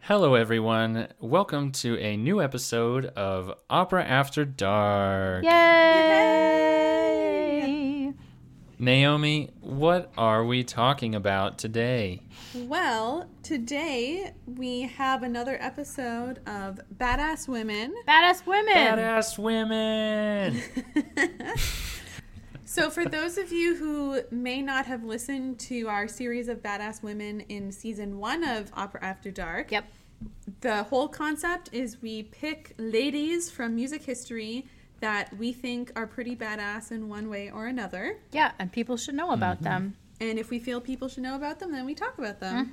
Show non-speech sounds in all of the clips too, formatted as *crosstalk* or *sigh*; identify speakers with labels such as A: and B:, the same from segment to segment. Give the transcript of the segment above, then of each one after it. A: Hello, everyone. Welcome to a new episode of Opera After Dark.
B: Yay!
A: Naomi, what are we talking about today?
C: Well, today we have another episode of Badass Women.
B: Badass women.
A: Badass women.
C: *laughs* So, for those of you who may not have listened to our series of Badass Women in season one of Opera After Dark,
B: Yep.
C: the whole concept is we pick ladies from music history that we think are pretty badass in one way or another.
B: Yeah, and people should know about
A: Mm-hmm.
B: them.
C: And if we feel people should know about them, then we talk about them.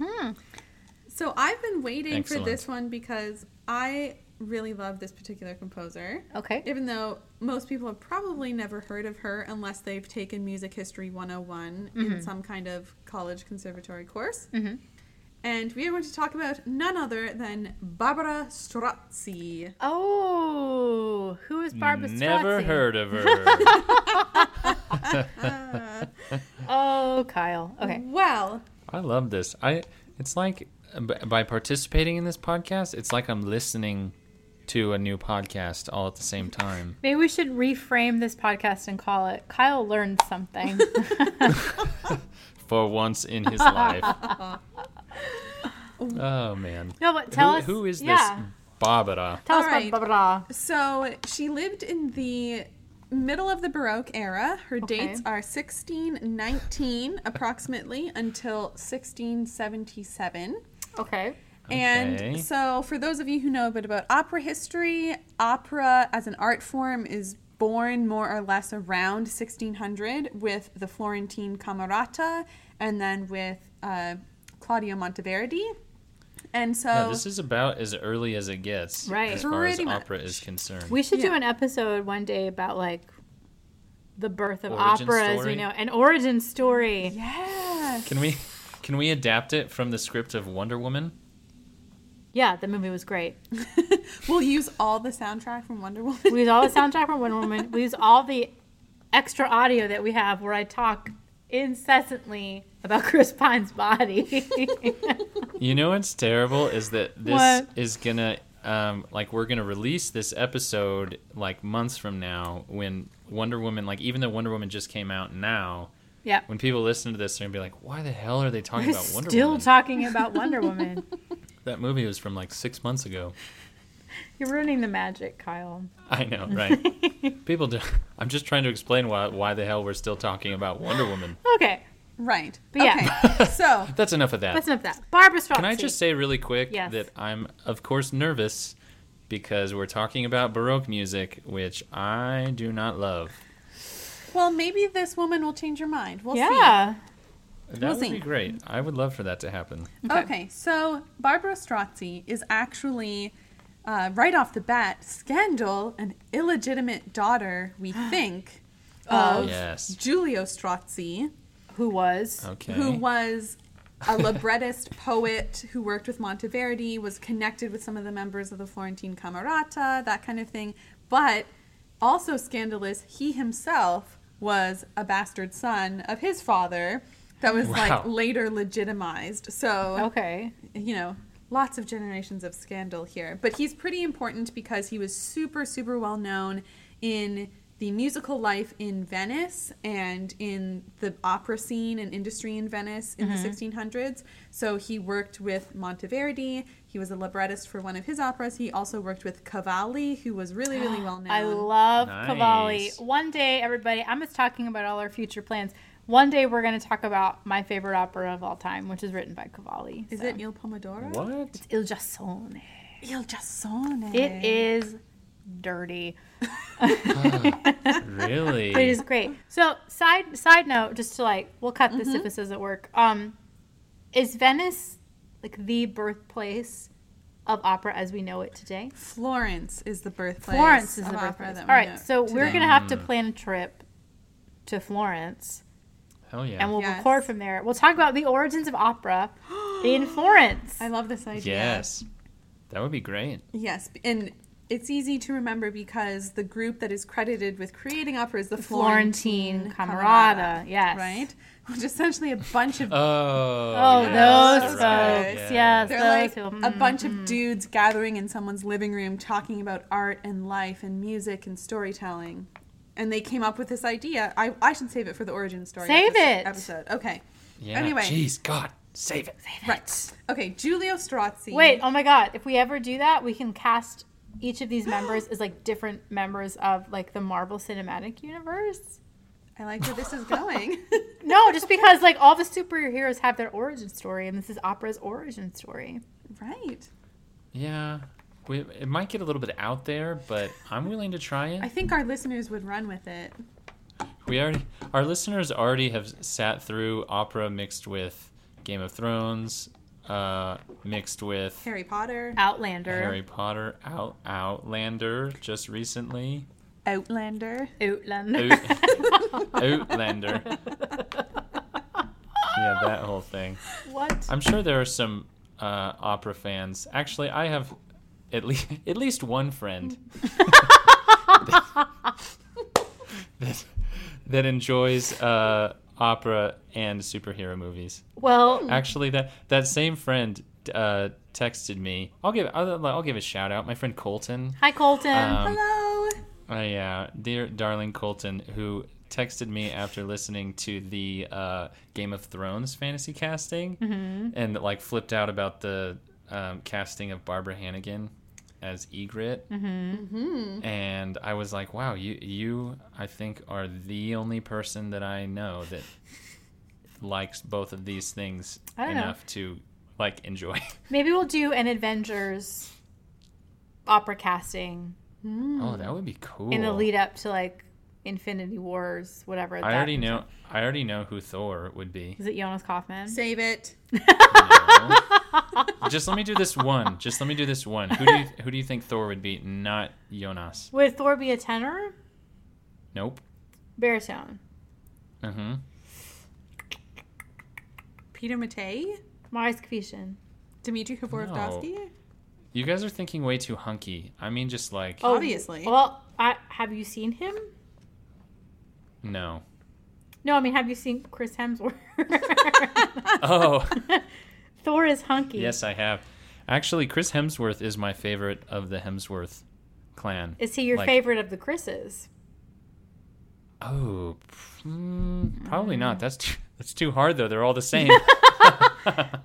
C: So, I've been waiting
A: Excellent.
C: for this one because I really love this particular composer.
B: Okay.
C: Even though most people have probably never heard of her unless they've taken Music History 101 in some kind of college conservatory course. And we are going to talk about none other than Barbara Strozzi.
B: Oh, who is *laughs* Barbara Streisand?
A: Never heard of
B: *laughs*
A: her.
B: Oh, Kyle. Okay.
C: Well,
A: I love this. I. It's like uh, b- by participating in this podcast, it's like I'm listening to a new podcast all at the same time.
B: Maybe we should reframe this podcast and call it Kyle learned
A: *laughs*
B: something. *laughs*
A: For once in his
B: *laughs*
A: life. Oh man.
B: no, but tell
A: Who,
B: us
A: who is
B: yeah.
A: this Barbara?
B: Tell us
C: All
B: about
C: right.
B: Barbara.
C: so she lived in the middle of the Baroque era. Her dates are 1619 approximately until 1677.
B: Okay.
A: Okay.
C: And so, for those of you who know a bit about opera history, opera as an art form is born more or less around 1600 with the Florentine Camerata and then with uh, Claudio Monteverdi. And so,
A: No, this is about as early as it gets,
B: Oh. Right.
A: As far as
C: Pretty much.
A: opera is concerned.
B: We should do
C: Yeah.
B: an episode one day about like the birth of
A: Origin
B: opera as
A: story?
B: we know, an origin story.
C: yeah.
A: can we can we adapt it from the script of Wonder Woman?
B: Yeah, the movie was great.
C: *laughs* we'll use all the soundtrack from Wonder Woman.
B: We use all the soundtrack from Wonder Woman. We use all the extra audio that we have where I talk incessantly about *laughs* Chris Pine's body. *laughs*
A: You know what's terrible is that this
B: What?
A: is is gonna um, like we're gonna release this episode like months from now when Wonder Woman like even though Wonder Woman just came out now
B: yeah.
A: when people listen to this they're gonna be like why the hell are they talking
B: We're
A: about Wonder
B: still
A: Woman
B: talking about
A: *laughs*
B: Wonder Woman.
A: that movie was from like six months ago
B: You're ruining the
A: *laughs*
B: magic, Kyle.
A: I know
B: *laughs*
A: right people do I'm just trying to explain why why the hell we're still talking about Wonder Woman
B: Okay,
C: *laughs* right.
B: But yeah.
C: Okay.
B: *laughs*
C: so,
A: that's enough of that
B: that's enough of that. Barbara Streisand.
A: Can I just say really quick
B: Yes.
A: that I'm, of course, nervous because we're talking about Baroque music, which I do not love.
C: well, maybe this woman will change her mind. We'll see.
B: Yeah.
A: That
C: We'll
A: would
C: see.
A: be great. I would love for that to happen.
C: Okay. so Barbara Strozzi is actually, uh, right off the bat, Scandal, an illegitimate daughter,
B: *gasps*
C: we think,
B: Oh.
C: of
A: Yes.
C: Giulio Strozzi,
B: Who was?
A: Okay.
C: who was a librettist *laughs* poet who worked with Monteverdi, was connected with some of the members of the Florentine Camerata, that kind of thing. But also scandalous, he himself was a bastard son of his father that was
A: Wow.
C: like later legitimized. So
B: Okay.
C: you know, lots of generations of scandal here. But he's pretty important because he was super, super well known in the musical life in Venice and in the opera scene and industry in Venice in the 1600s. So he worked with Monteverdi. He was a librettist for one of his operas. He also worked with Cavalli, who was really, *gasps* really well known.
B: I love Cavalli.
A: Nice.
B: One day, everybody, I'm just talking about all our future plans. One day, we're going to talk about my favorite opera of all time, which is written by Cavalli.
C: Is
B: so.
C: it Il Pomodoro?
A: What?
B: Il Giassone.
C: Il Giassone.
B: It is *laughs* dirty. *laughs*
A: Really?
B: It is great. So side side note, just to like, we'll cut this
C: Mm-hmm.
B: if this doesn't work. Um, is Venice like the birthplace of opera as we know it today?
C: Florence is the birthplace.
B: Florence is
C: of
B: the
C: opera
B: birthplace. Mm.
C: that
B: All
C: we know
B: right, so we're
C: today.
B: gonna have to plan a trip to Florence,
A: Hell yeah.
B: and we'll
C: Yes.
B: record from there. We'll talk about the origins of opera
C: *gasps*
B: in Florence.
C: I love this idea.
A: yes. That would be great.
C: Yes, and It's easy to remember because the group that is credited with creating opera is the
B: Florentine
C: Florentine
B: Camerata, yes.
C: Right? Which is essentially a bunch
B: *laughs*
C: of.
A: Oh,
B: Oh,
C: yes,
B: those folks.
C: right,
B: Yes,
A: yeah.
C: they're like
B: those people.
C: a bunch
B: mm-hmm.
C: of dudes gathering in someone's living room talking about art and life and music and storytelling. And they came up with this idea. I, I should save it for the origin story. of
B: Save
C: this
B: it.
C: Episode. Okay.
A: Yeah.
C: Anyway.
A: Jeez, God, save it.
C: Right. Okay. Giulio Strozzi.
B: Wait, oh my god! If we ever do that, we can cast each of these members as like different members of like the Marvel Cinematic Universe.
C: I like where this is
B: *laughs*
C: going. *laughs*
B: No, just because like all the superheroes have their origin story, and this is opera's origin story.
C: right.
A: Yeah. We, it might get a little bit out there, but I'm willing to try
C: I
A: it.
C: think our listeners would run with it.
A: We already, our listeners already have sat through opera mixed with Game of Thrones, uh, mixed with
C: Harry Potter,
B: Outlander,
A: Harry Potter, Out Outlander, just
C: *laughs*
A: recently,
C: Outlander.
B: Outlander.
A: Out, Outlander. Yeah, that whole thing.
B: *laughs* what?
A: I'm sure there are some uh, opera fans. Actually, I have at least *laughs* at least one
C: *laughs*
A: friend that, that enjoys uh, opera and superhero movies.
B: Well,
A: Actually, that that same friend uh, texted me. I'll give I'll, I'll give a shout out. My friend Colton.
B: hi Colton.
A: Um,
C: Hello.
A: Oh yeah, dear darling Colton, who texted me after listening to the uh, Game of Thrones fantasy casting,
B: Mm-hmm.
A: and like flipped out about the um, casting of Barbara Hannigan as Egret, mm-hmm. and I was like, wow, you you I think are the only person that I know that likes both of these things
B: I don't know.
A: enough to like enjoy.
B: Maybe we'll do an Avengers opera casting
A: Oh, that would be cool.
B: Hmm. in the lead up to like Infinity Wars, whatever.
A: I
B: that-
A: already know. I already know who Thor would be.
B: Is it Jonas Kaufman?
C: Save it.
A: No. Just let me do this one. Just let me do this one. Who do you who do you think Thor would be? Not Jonas.
B: Would Thor be a tenor?
A: Nope.
B: Baritone.
A: Mm-hmm.
C: Peter Matei,
B: Marius Kapishin.
C: Dmitry Kavorovsky.
A: You guys are thinking way too hunky. I mean, just like
C: Oh, Obviously.
B: Well, I, have you seen him?
A: no.
B: No, I mean, have you seen Chris Hemsworth? *laughs*
A: Oh,
B: Thor is hunky.
A: yes, I have. Actually, Chris Hemsworth is my favorite of the Hemsworth clan.
B: Is he your
A: Like-
B: favorite of the Chris's?
A: Oh, mm, probably not. That's too, that's too hard though. They're all the same.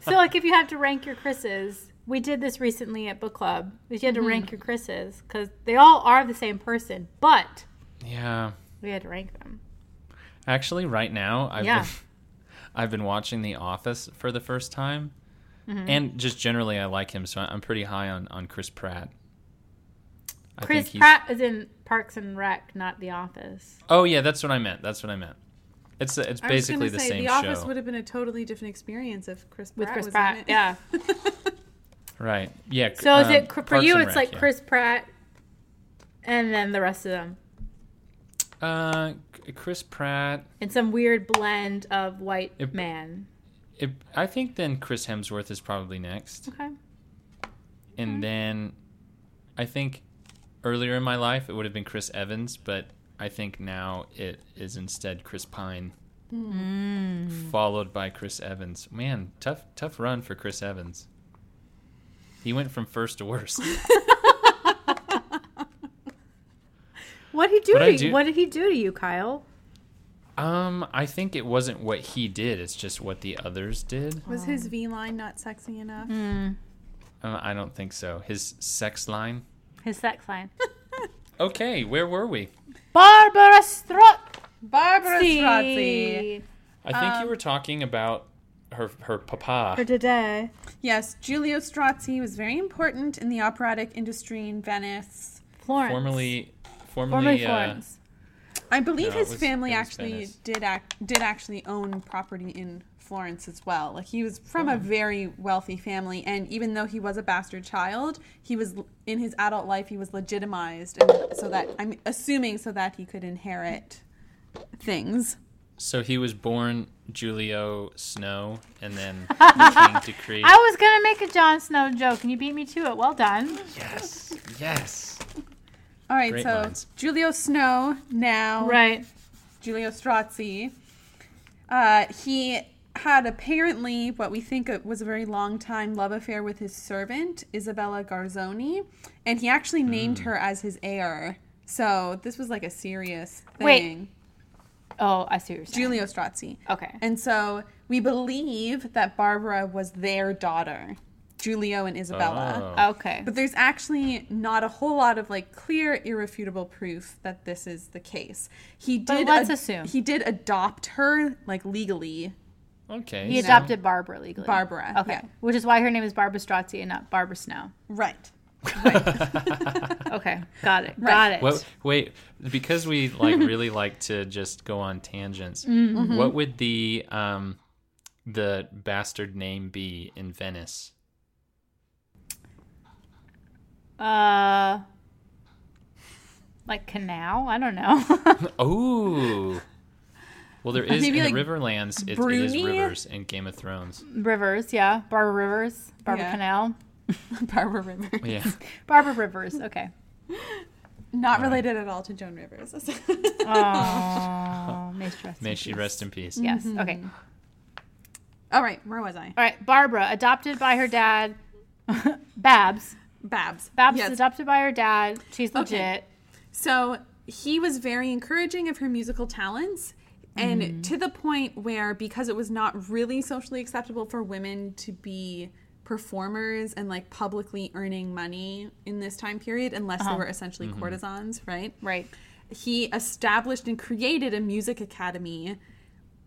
B: So, like, if you had to rank your Chris's, we did this recently at book club. We had to rank your Chris's because they all are the same person, but
A: yeah.
B: we had to rank them.
A: Actually, right now, I've
B: Yeah.
A: been, *laughs* I've been watching The Office for the first time,
B: Mm-hmm.
A: and just generally, I like him, so I'm pretty high on on Chris Pratt. I
B: Chris
A: he's-
B: Pratt is in Parks and Rec, not The Office.
A: Oh yeah, that's what I meant. That's what I meant. It's it's
C: I was
A: basically
C: gonna
A: the
C: say,
A: same
C: The
A: show,
C: Office would have been a totally different experience if Chris
B: With
C: Pratt
B: Chris
C: was
B: Pratt,
C: in it.
B: yeah.
A: right? Yeah. c-
B: So, is
A: um,
B: it cr- for
A: Parks
B: you?
A: and
B: It's
A: Rec,
B: like
A: yeah.
B: Chris Pratt, and then the rest of them,
A: Uh, c- Chris Pratt.
B: and some weird blend of white
A: It-
B: man.
A: It, I think then Chris Hemsworth is probably next,
B: Okay.
A: and then I think earlier in my life it would have been Chris Evans, but I think now it is instead Chris Pine. followed by Chris Evans. Man, tough tough run for Chris Evans. He went from first to worst.
B: What did he do
A: But I
B: to you?
A: do-
B: What did he do to you, Kyle?
A: um, I think it wasn't what he did; it's just what the others did.
C: *laughs* Was his V line not sexy enough?
B: Hmm,
A: Uh, I don't think so. His sex line.
B: His sex line.
A: Okay, where were we?
B: Barbara Strozzi.
C: *laughs* Barbara Strozzi.
A: I think you were talking about her her papa.
B: For today.
C: Yes, Giulio Strozzi was very important in the operatic industry in Venice.
B: Florence.
A: formerly,
B: Formerly
A: formerly, uh,
B: Florence.
C: I believe
A: No, it
C: his
A: was-
C: family
A: it was
C: actually
A: Venice.
C: did act, did actually own property in Florence as well. Like he was from a very wealthy family, and even though he was a bastard child, he was in his adult life he was legitimized, and so that I'm assuming so that he could inherit things.
A: so he was born Julio Snow, and
C: *laughs*
A: then the king decreed.
B: I was gonna make a Jon Snow joke, and you beat me to it. Well done.
A: Yes, yes.
C: All right,
A: Great
C: so
A: lines.
C: Giulio Snow now,
B: Right.
C: Giulio Strozzi. Uh, he had apparently what we think of- was a very long time love affair with his servant, Isabella Garzoni, and he actually named her as his heir. So this was like a serious
B: Wait.
C: thing.
B: Oh, I see what you're saying.
C: Giulio Strozzi.
B: Okay.
C: And so we believe that Barbara was their daughter, Giulio and Isabella.
A: Oh.
B: Okay.
C: But there's actually not a whole lot of like clear, irrefutable proof that this is the case. He did.
B: But let's assume.
C: he did adopt her like legally,
A: Okay.
B: He
A: so- *laughs*
B: adopted Barbara legally.
C: Barbara.
B: Okay.
C: yeah.
B: Which is why her name is Barbara Strozzi and not Barbara Snow.
C: Right. *laughs*
B: Okay. Got it. Got
C: Right. *laughs*
B: it.
A: What, wait, because we like really like to just go on tangents.
C: Mm-hmm.
A: What would the um the bastard name be in Venice?
B: Uh, like canal? I don't know. *laughs*
A: Oh. Well, there is
C: Maybe,
A: in
C: like,
A: the Riverlands. It's, it is
C: Bruni?
A: rivers in Game of Thrones.
B: Rivers, yeah. Barbara Rivers, Barbara
C: Yeah.
B: Canal,
C: Barbara Rivers.
A: Yeah.
B: Barbara Rivers.
C: *laughs*
B: Okay.
C: Not related at all to Joan Rivers. *laughs*
B: Uh, Oh, may she rest. in
A: May she
B: peace.
A: rest in peace.
B: Yes. Okay.
C: Mm-hmm. all right. Where was I?
B: All right. Barbara, adopted by her dad, *laughs* Babs.
C: Babs.
B: Babs
C: Yes.
B: is adopted by her dad. She's legit.
C: Okay. So he was very encouraging of her musical talents. And
B: Mm-hmm.
C: to the point where, because it was not really socially acceptable for women to be performers and like publicly earning money in this time period, unless they were essentially courtesans, right?
B: Uh-huh. Mm-hmm. Right.
C: He established and created a music academy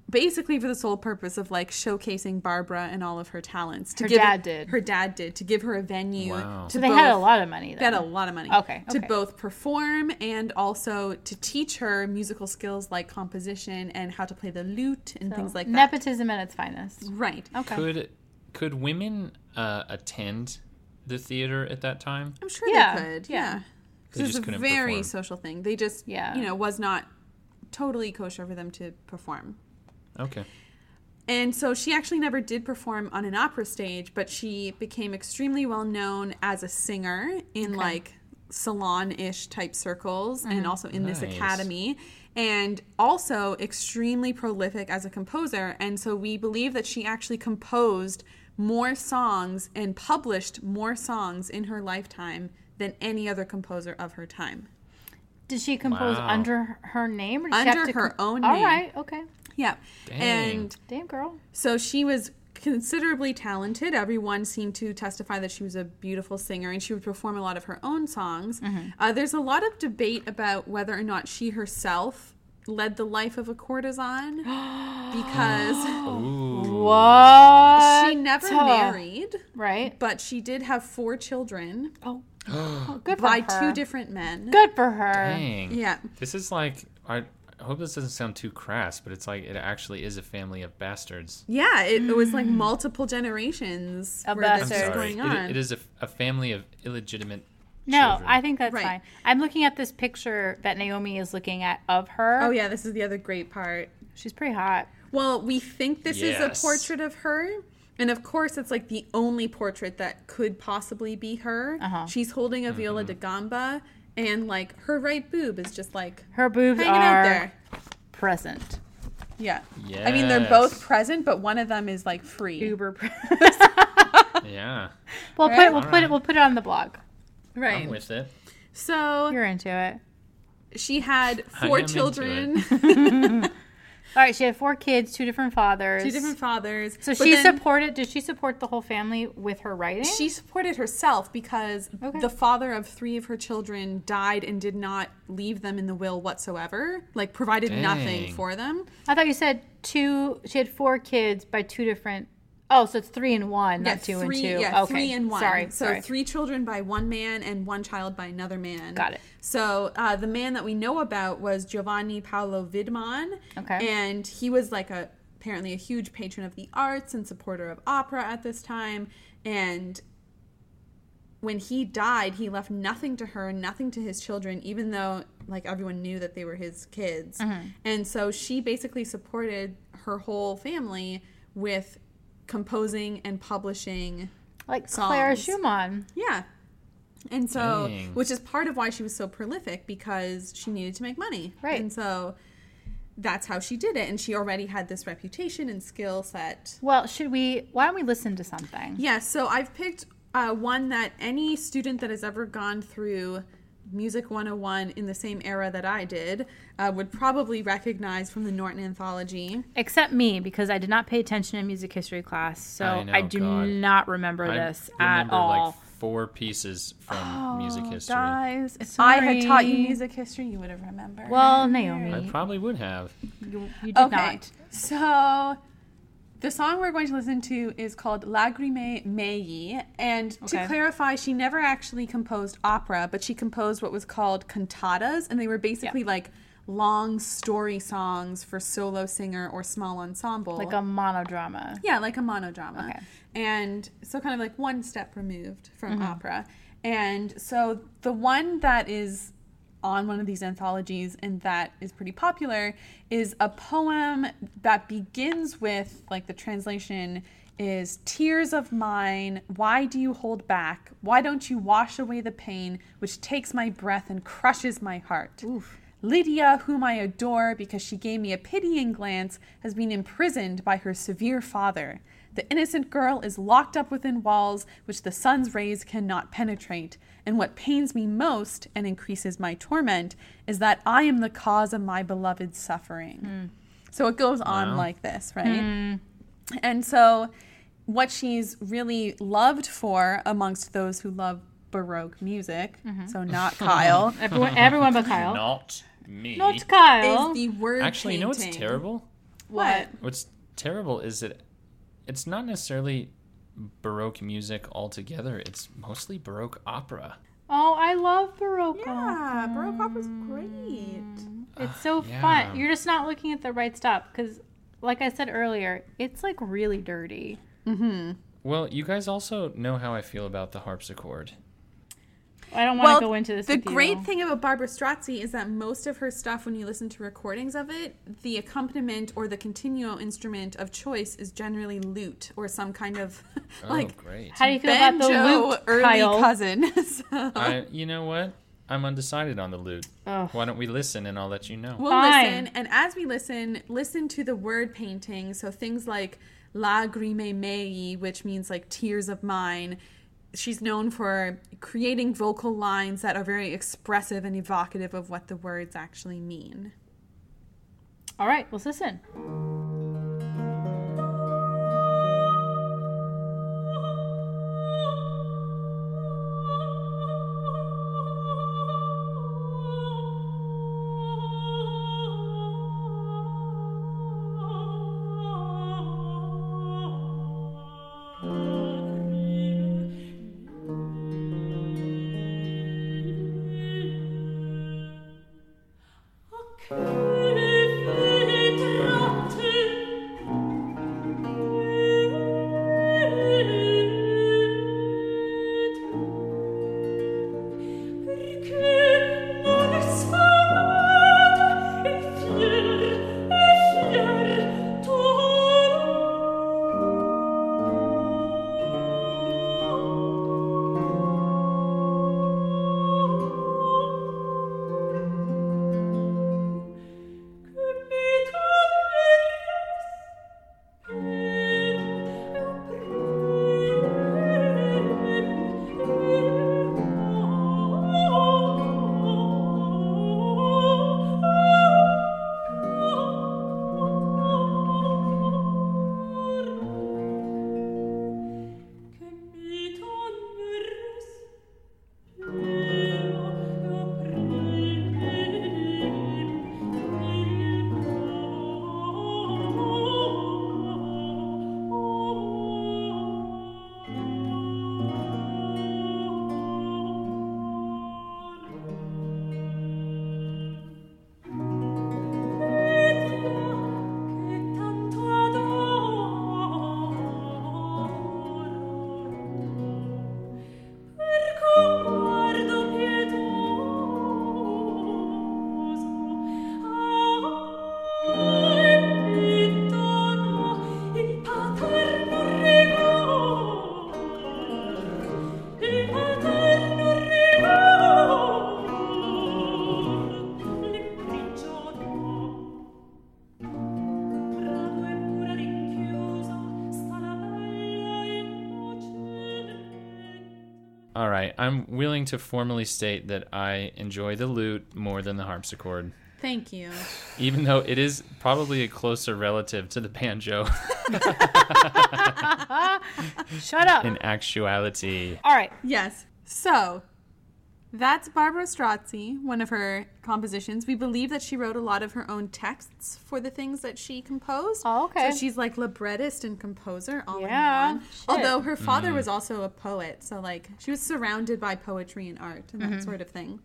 C: basically for the sole purpose of like showcasing Barbara and all of her talents. To
B: Her dad did.
C: Her dad did, to give her a venue.
A: Wow.
C: To
B: So they had a
C: both-
B: lot of money. Then.
C: they had a lot of money.
B: Okay,
C: To
B: okay.
C: both perform and also to teach her musical skills like composition and how to play the lute and things like that.
B: Nepotism at its finest.
C: Right.
B: Okay.
A: Could could women uh, attend the theater at that time?
C: I'm sure
B: Yeah,
C: they could.
B: yeah.
C: Yeah.
A: They
C: Because
A: just
C: it's a
A: couldn't
C: very
A: perform.
C: social thing. They just,
B: Yeah.
C: you know, was not totally kosher for them to perform.
A: Okay.
C: And so she actually never did perform on an opera stage, but she became extremely well known as a singer in like salon ish type circles and also in this
A: Nice.
C: academy, and also extremely prolific as a composer. And so we believe that she actually composed more songs and published more songs in her lifetime than any other composer of her time.
B: Did she compose
A: Wow.
B: under her name? Or did she have
C: Under
B: to
C: her own
B: All
C: name.
B: right. Okay.
C: Yeah.
A: Dang.
C: And
B: Damn girl.
C: So she was considerably talented. Everyone seemed to testify that she was a beautiful singer and she would perform a lot of her own songs.
B: Mm-hmm.
C: Uh, there's a lot of debate about whether or not she herself led the life of a
B: *gasps*
C: courtesan because
A: Ooh.
B: What?
C: she never
B: Huh.
C: married,
B: Right.
C: but she did have four children
B: Oh, oh, good for
C: by
B: her.
C: two different men.
B: Good for her.
A: Dang.
C: Yeah.
A: This is like I, I hope this doesn't sound too crass, but it's like it actually is a family of bastards.
C: Yeah, it, it was like multiple generations
B: Mm. Of
C: where
A: I'm
C: this
B: bastards.
C: was
A: sorry.
C: going
A: It-
C: on.
A: it is a, a family of illegitimate.
B: No,
A: children.
B: I think that's
C: Right.
B: fine. I'm looking at this picture that Naomi is looking at of her.
C: oh yeah, this is the other great part.
B: She's pretty hot.
C: Well, we think this is
A: Yes.
C: a portrait of her. And of course, it's like the only portrait that could possibly be her. She's holding a viola
A: Mm-hmm.
C: da gamba, and like her right boob is just like
B: Her boobs
C: hanging
B: are
C: out there.
B: present.
C: Yeah. I mean, they're
A: Yes.
C: both present, but one of them is like free. *laughs*
B: Uber present. *laughs*
A: Yeah,
B: we'll put
C: Right?
B: it, we'll put it we'll put it on the blog.
A: I'm
C: Right.
A: with it.
C: So
B: You're into it.
C: she had
A: I
C: four
A: am into
C: children,
B: All right, she had four kids, two different fathers.
C: *laughs* two *laughs* different fathers.
B: So
C: But
B: she
C: then-
B: supported. Did she support the whole family with her writing?
C: she supported herself because
B: Okay.
C: the father of three of her children died and did not leave them in the will whatsoever like provided nothing
A: Dang.
C: for them
B: I thought you said two. She had four kids by two different. Oh, so it's three and one, not two
C: three,
B: and two.
C: yeah,
B: okay.
C: three and one.
B: Sorry,
C: so
B: sorry.
C: three children by one man and one child by another man.
B: Got it.
C: So uh, the man that we know about was Giovanni Paolo Vidman.
B: Okay.
C: And he was like a apparently a huge patron of the arts and supporter of opera at this time. And when he died, he left nothing to her, nothing to his children, even though like everyone knew that they were his kids. And so she basically supported her whole family with composing and publishing.
B: like Clara
C: songs.
B: Schumann.
C: Yeah. And so,
A: Dang.
C: which is part of why she was so prolific because she needed to make money.
B: Right.
C: And so that's how she did it. And she already had this reputation and skill set.
B: Well, should we? Why don't we listen to something?
C: Yeah. So I've picked uh, one that any student that has ever gone through Music 101 in the same era that I did uh, would probably recognize from the Norton Anthology.
B: Except me, because I did not pay attention in music history class, so
A: I
B: I,
A: know,
B: do
A: God.
B: not remember
A: I
B: this at
A: remember
B: all.
A: like four pieces from music history.
B: Guys,
C: If I had taught you
B: sorry.
C: music history, you would have remembered.
B: Well,
A: I
B: Naomi,
A: probably would have.
B: you, you did
C: okay.
B: not.
C: So the song we're going to listen to is called Lagrime Mei. And
B: Okay.
C: to clarify, she never actually composed opera, but she composed what was called cantatas, and they were basically like long story songs for solo singer or small ensemble.
B: Like a monodrama.
C: Yeah, like a monodrama.
B: Okay.
C: And so kind of like one step removed from opera. And so the one that is on one of these anthologies and that is pretty popular is a poem that begins with like the translation is tears of mine why do you hold back why don't you wash away the pain which takes my breath and crushes my heart Lydia, whom I adore because she gave me a pitying glance, has been imprisoned by her severe father. The innocent girl is locked up within walls which the sun's rays cannot penetrate. And what pains me most and increases my torment is that I am the cause of my beloved's suffering. So it goes on like this, right? And so, what she's really loved for amongst those who love Baroque music,
B: Mm-hmm.
C: so not
B: *laughs*
C: Kyle,
A: *laughs*
B: Everyone, everyone but Kyle.
A: Not me.
B: Not Kyle.
C: is the word.
A: Actually, you know what's
C: painting.
A: terrible?
C: What?
A: What's terrible is that it's not necessarily Baroque music altogether. It's mostly Baroque opera.
B: oh, I love Baroque.
C: Yeah, Baroque opera's great.
B: It's so
A: yeah.
B: fun. You're just not looking at the right stuff because, like I said earlier, it's like really dirty.
A: Well, you guys also know how I feel about the harpsichord.
B: I don't want
C: Well,
B: to go into this.
C: the
B: with you.
C: great thing about Barbara Strozzi is that most of her stuff, when you listen to recordings of it, the accompaniment or the continuo instrument of choice is generally lute or some kind of *laughs* like
A: oh, great.
B: How do you feel about the
C: banjo
B: Luke
C: early
B: Kyle?
C: cousin. *laughs* so
A: I, you know what? I'm undecided on the lute.
B: Ugh.
A: Why don't we listen and I'll let you know.
C: we'll
B: Fine.
C: listen, and as we listen, listen to the word painting. So things like lagrime mei, which means like tears of mine. She's known for creating vocal lines that are very expressive and evocative of what the words actually mean.
B: All right, let's listen.
D: Thank
A: All right, I'm willing to formally state that I enjoy the lute more than the harpsichord,
C: Thank you.
A: even though it is probably a closer relative to the banjo *laughs*
B: Shut up.
A: in actuality.
B: All right.
C: Yes. So that's Barbara Strozzi, one of her compositions. We believe that she wrote a lot of her own texts for the things that she composed.
B: Oh, okay.
C: So she's like librettist and composer all
B: Yeah,
C: in one.
B: shit.
C: Although her father was also a poet, so like she was surrounded by poetry and art and that
B: Mm-hmm.
C: sort of thing.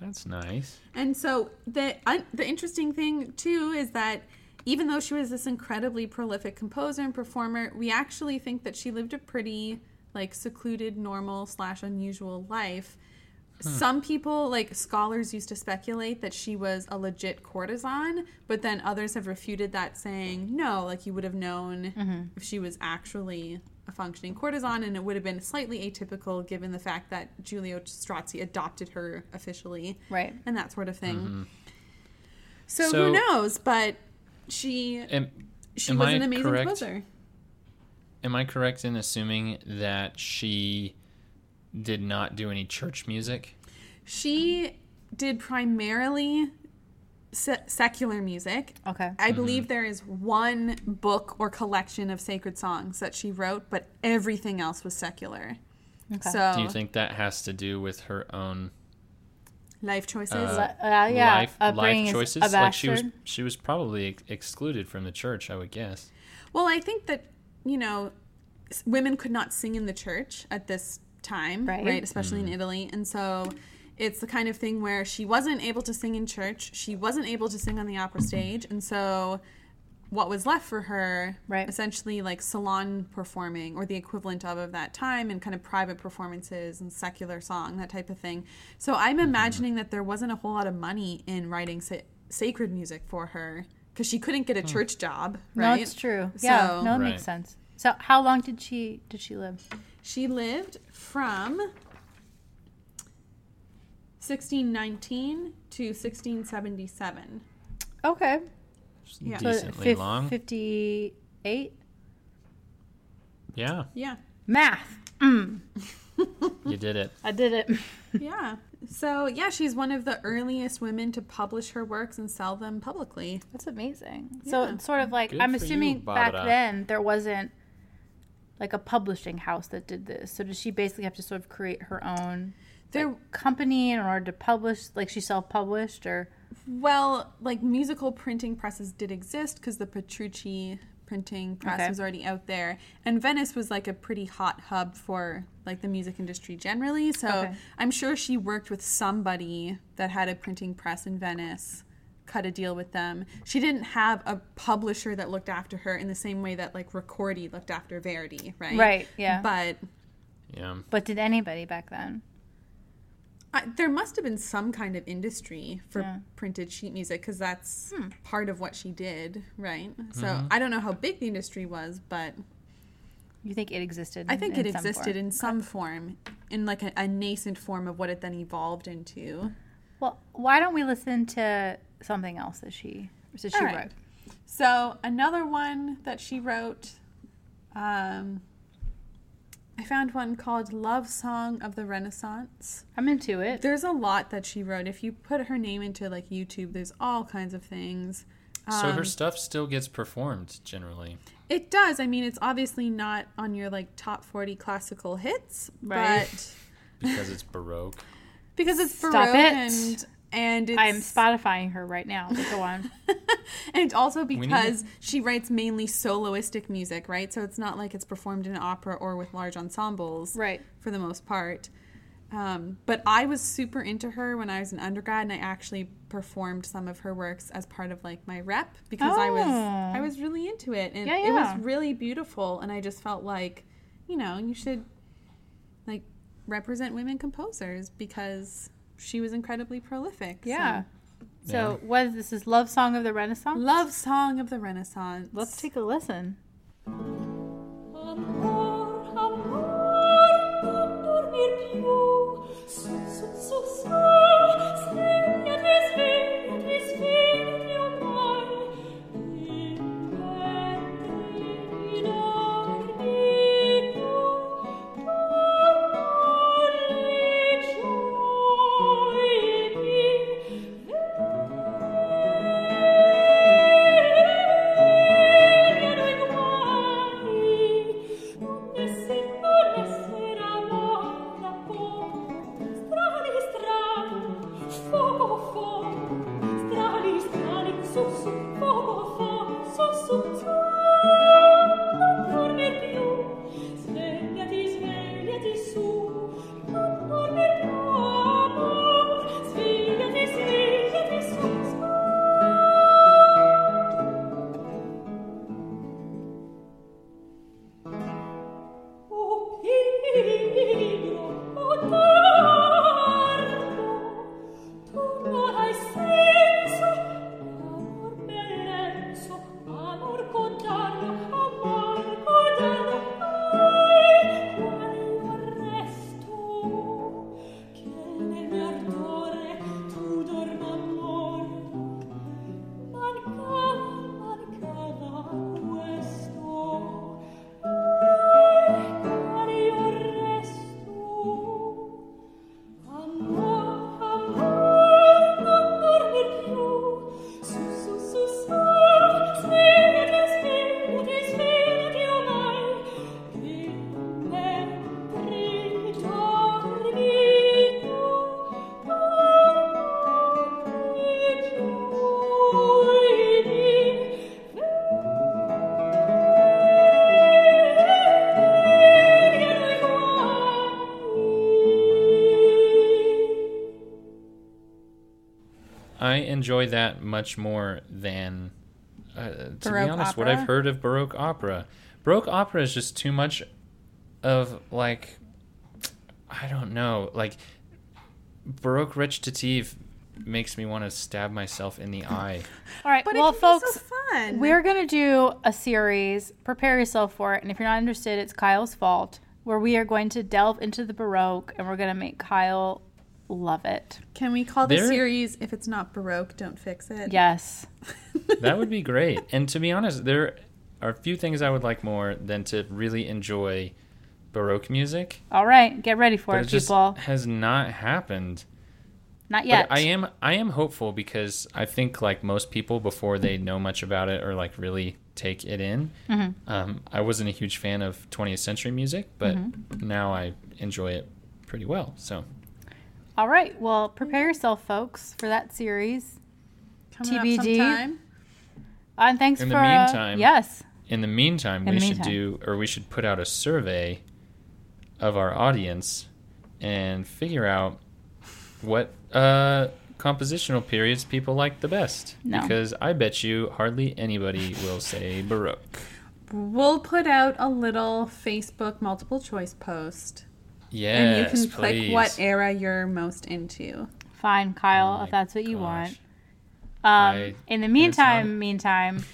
A: That's nice.
C: And so the un the interesting thing too is that even though she was this incredibly prolific composer and performer, we actually think that she lived a pretty like secluded, normal slash unusual life. Some people, like scholars, used to speculate that she was a legit courtesan, but then others have refuted that, saying no, like you would have known if she was actually a functioning courtesan, and it would have been slightly atypical given the fact that Giulio Strozzi adopted her officially
B: Right.
C: and that sort of thing. So,
A: Mm-hmm. So-
C: who knows? But she
A: Am,
C: she
A: am
C: was
A: I
C: an amazing
A: correct?
C: composer.
A: am I correct in assuming that she did not do any church music?
C: She did primarily se- secular music.
B: Okay.
A: Mm-hmm.
C: I believe there is one book or collection of sacred songs that she wrote, but everything else was secular.
B: Okay.
C: So
A: Do you think that has to do with her own
C: life choices.
B: Uh, yeah.
A: life,
B: upbringing
A: life
B: is
A: choices?
B: A
A: like she was
B: bastard.
A: she was probably ex- excluded from the church, I would guess.
C: Well, I think that, you know, s- women could not sing in the church at this time,
B: Right.
C: right? Especially in Italy. And so it's the kind of thing where she wasn't able to sing in church, she wasn't able to sing on the opera stage. And so what was left for her
B: Right.
C: essentially like salon performing or the equivalent of of that time and kind of private performances and secular song that type of thing so i'm imagining that there wasn't a whole lot of money in writing sa- sacred music for her because she couldn't get a church job right
B: No, it's true. yeah.
C: So-
B: No, it
A: Right.
B: makes sense. So how long did she did she live?
C: She lived from 1619 to 1677.
B: Okay.
C: Yeah.
B: So
A: Decently
B: fif-
A: long.
B: 58
A: yeah,
C: Yeah.
B: math. Mm,
A: you did it.
B: I did it.
C: *laughs* Yeah. So, yeah, she's one of the earliest women to publish her works and sell them publicly.
B: That's amazing. So it's sort of like
A: Good
B: I'm
A: for you,
B: assuming back
A: Barbara.
B: then there wasn't like a publishing house that did this. So did she basically have to sort of create her own
C: There
B: company in order to publish? Like she self-published or
C: well, like musical printing presses did exist cuz the Petrucci printing press
B: Okay.
C: was already out there and Venice was like a pretty hot hub for like the music industry generally. So,
B: Okay.
C: I'm sure she worked with somebody that had a printing press in Venice, cut a deal with them. She didn't have a publisher that looked after her in the same way that like Ricordi looked after Verdi, right?
B: Right, yeah.
C: But
A: Yeah.
B: but did anybody back then?
C: I, there must have been some kind of industry for
B: Yeah.
C: printed sheet music because that's part of what she did, right? So I don't know how big the industry was, but
B: You think it existed?
C: I think
B: in
C: it
B: some form?
C: existed in some form, in like a, a nascent form of what it then evolved into.
B: Well, why don't we listen to something else that she that she
C: All right.
B: wrote?
C: So another one that she wrote, um, I found one called "Love Song of the Renaissance."
B: I'm into it.
C: There's a lot that she wrote. If you put her name into like YouTube, there's all kinds of things.
A: so
B: Um,
A: her stuff still gets performed generally.
C: It does. I mean, it's obviously not on your like top 40 classical hits,
B: Right.
C: but
A: because it's baroque.
C: because it's
B: Stop
C: Baroque
B: it.
C: and and it's
B: I'm Spotifying her right now. But
C: *laughs*
B: Go on.
C: and also
A: need
C: because she writes mainly soloistic music, right? So it's not like it's performed in opera or with large ensembles
B: right.
C: for the most part. Um, but I was super into her when I was an undergrad, and I actually performed some of her works as part of like my rep because I was
B: Oh.
C: I was really into it, and
B: Yeah,
C: it
B: yeah.
C: was really beautiful. And I just felt like, you know, you should like represent women composers because she was incredibly prolific. so.
B: Yeah. So what is this? Is love song of the Renaissance?
C: love song of the Renaissance.
B: Let's take a listen.
E: Amor, amor, non dormir più. Su, su, su, su. Svegliati, svegliati, svegliati ormai. Imperdi, non dormir più. Amore, su su poco fa, su su su, non dormir più. Svegliati, svegliati su, non dormir più, amor. Svegliati, svegliati su, su. O pigro, o tardo, tu non hai senso, amor bellezzo, amor codardo, amor codardo, ai, quale arresto, che nel mio ardore tu dorma morto, mancava, mancava questo, Quale arresto, Amor, amor, non dormir più. Su, su, su, su, svegliati, svegliati, svegliati ormai. Che mentre dormi tu, dormi gioidi, vedi noi guai.
A: I enjoy that much more than, uh, to
C: Baroque
A: be honest, what
C: opera?
A: I've heard of Baroque opera. Baroque opera is just too much of, like, I don't know. Like, Baroque recitative makes me want to stab myself in the
C: *laughs*
A: eye.
B: All right.
C: But
B: well,
C: it can be
B: folks,
C: so fun.
B: We're going to do a series. Prepare yourself for it. And if you're not interested, it's Kyle's fault, where we are going to delve into the Baroque and we're going to make Kyle love it.
C: Can we call the
A: There-
C: series if it's not baroque, don't fix it? *laughs*
B: Yes.
A: that would be great. And to be honest, there are few things I would like more than to really enjoy Baroque music.
B: All right. Get ready for
A: But it
B: it,
A: just
B: people.
A: has not happened.
B: Not
A: But
B: yet.
A: I am I am hopeful because I think like most people before they know much about it or like really take it in. Um, I wasn't a huge fan of 20th century music, but now I enjoy it pretty well. So
B: All right. Well, prepare yourself, folks, for that series.
C: Coming up
B: TBD.
C: sometime.
B: Uh, and thanks
A: In the
B: for. uh,
A: meantime-
B: yes.
A: in the meantime,
B: In
A: we
B: the
A: should do or we should put out a survey of our audience and figure out what uh, compositional periods people like the best.
B: No.
A: Because I bet you hardly anybody will say Baroque.
C: We'll put out a little Facebook multiple choice post.
A: Yes,
C: And you can
A: please.
C: click what era you're most into.
B: Fine, Kyle,
A: Oh
B: if
A: my
B: that's what you
A: gosh.
B: want. Um,
A: I-
B: in the
A: and it's not-
B: meantime, meantime,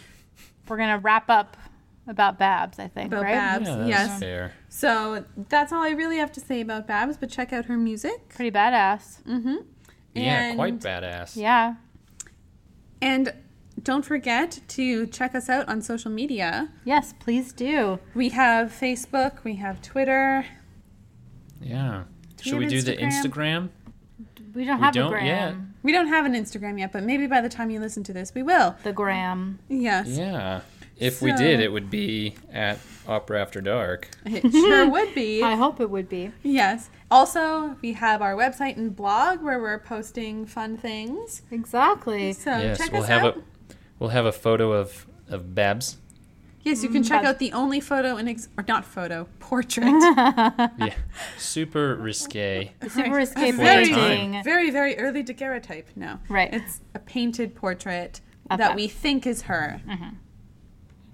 B: we're going to wrap up about Babs, I think,
C: About
B: right?
C: Babs.
A: Yeah, that's
C: yes.
A: fair.
C: So that's all I really have to say about Babs, but check out her music.
B: Pretty badass.
C: Mm-hmm.
A: yeah, quite
C: And-
A: badass.
B: Yeah.
C: And don't forget to check us out on social media.
B: Yes, please do.
C: We have Facebook, we have Twitter.
A: Yeah.
C: we
A: Should we
C: have
A: do the Instagram?
B: We don't
A: We
B: have
A: don't
B: a gram.
A: yet.
C: We don't have an Instagram yet, but maybe by the time you listen to this, we will.
B: The gram.
C: Yes,
A: Yeah. If we did,
C: So-
A: it would be at Opera After Dark.
C: it
B: *laughs*
C: sure would be.
B: I hope it would be.
C: Yes. Also, we have our website and blog where we're posting fun things.
B: Exactly.
C: So
A: yes,
C: check
A: we'll
C: us
A: have
C: out.
A: a we'll have a photo of of Babs.
C: yes, you can check
B: Babs.
C: out the only photo in ex- or not photo
B: *laughs*
C: portrait.
A: Yeah. Super risque.
B: Super escape
A: Very
B: painting.
C: very very early daguerreotype. No,
B: Right.
C: It's a painted portrait
B: Of Mm.
C: that
B: Babs.
C: we think is her.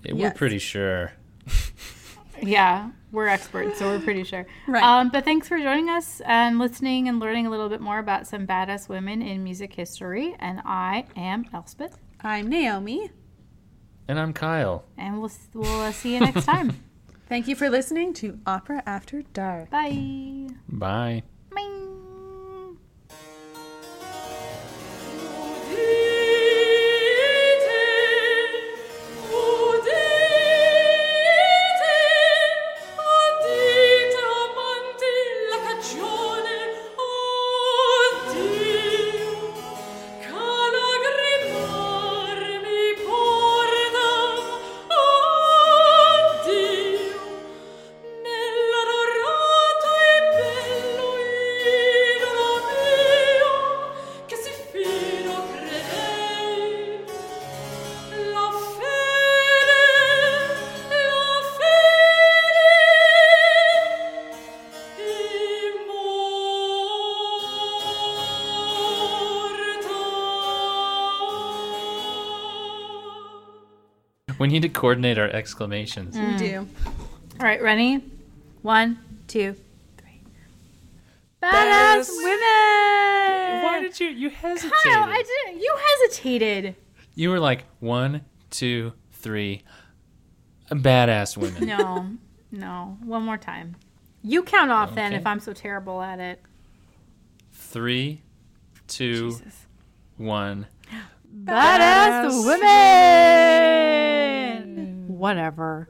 A: Yeah, We're
C: Yes.
A: pretty sure.
B: Yeah, we're experts, so we're pretty sure.
C: Right.
B: Um, but thanks for joining us and listening and learning a little bit more about some badass women in music history. And I am Elspeth,
C: I'm Naomi.
A: And I'm Kyle.
B: and we'll we'll uh, see you
A: *laughs*
B: next time.
C: Thank you for listening to Opera After Dark.
B: Bye.
A: Bye.
B: Bye.
E: Udite, udite, udite, amanti, la cagione, oh oddio, che lagrimar mi porta, oddio, nell'adorato e bello
A: We need to coordinate our exclamations.
B: Mm.
C: We do.
B: All right, ready? One, two, three. Badass, women.
A: Why did you you hesitate?
B: Kyle, I didn't. You hesitated.
A: You were like one, two, three. Badass women.
B: No, no. One more time. You count off then
A: Okay.
B: if I'm so terrible at it.
A: Three, two, one.
B: Jesus. Badass, women. Whatever.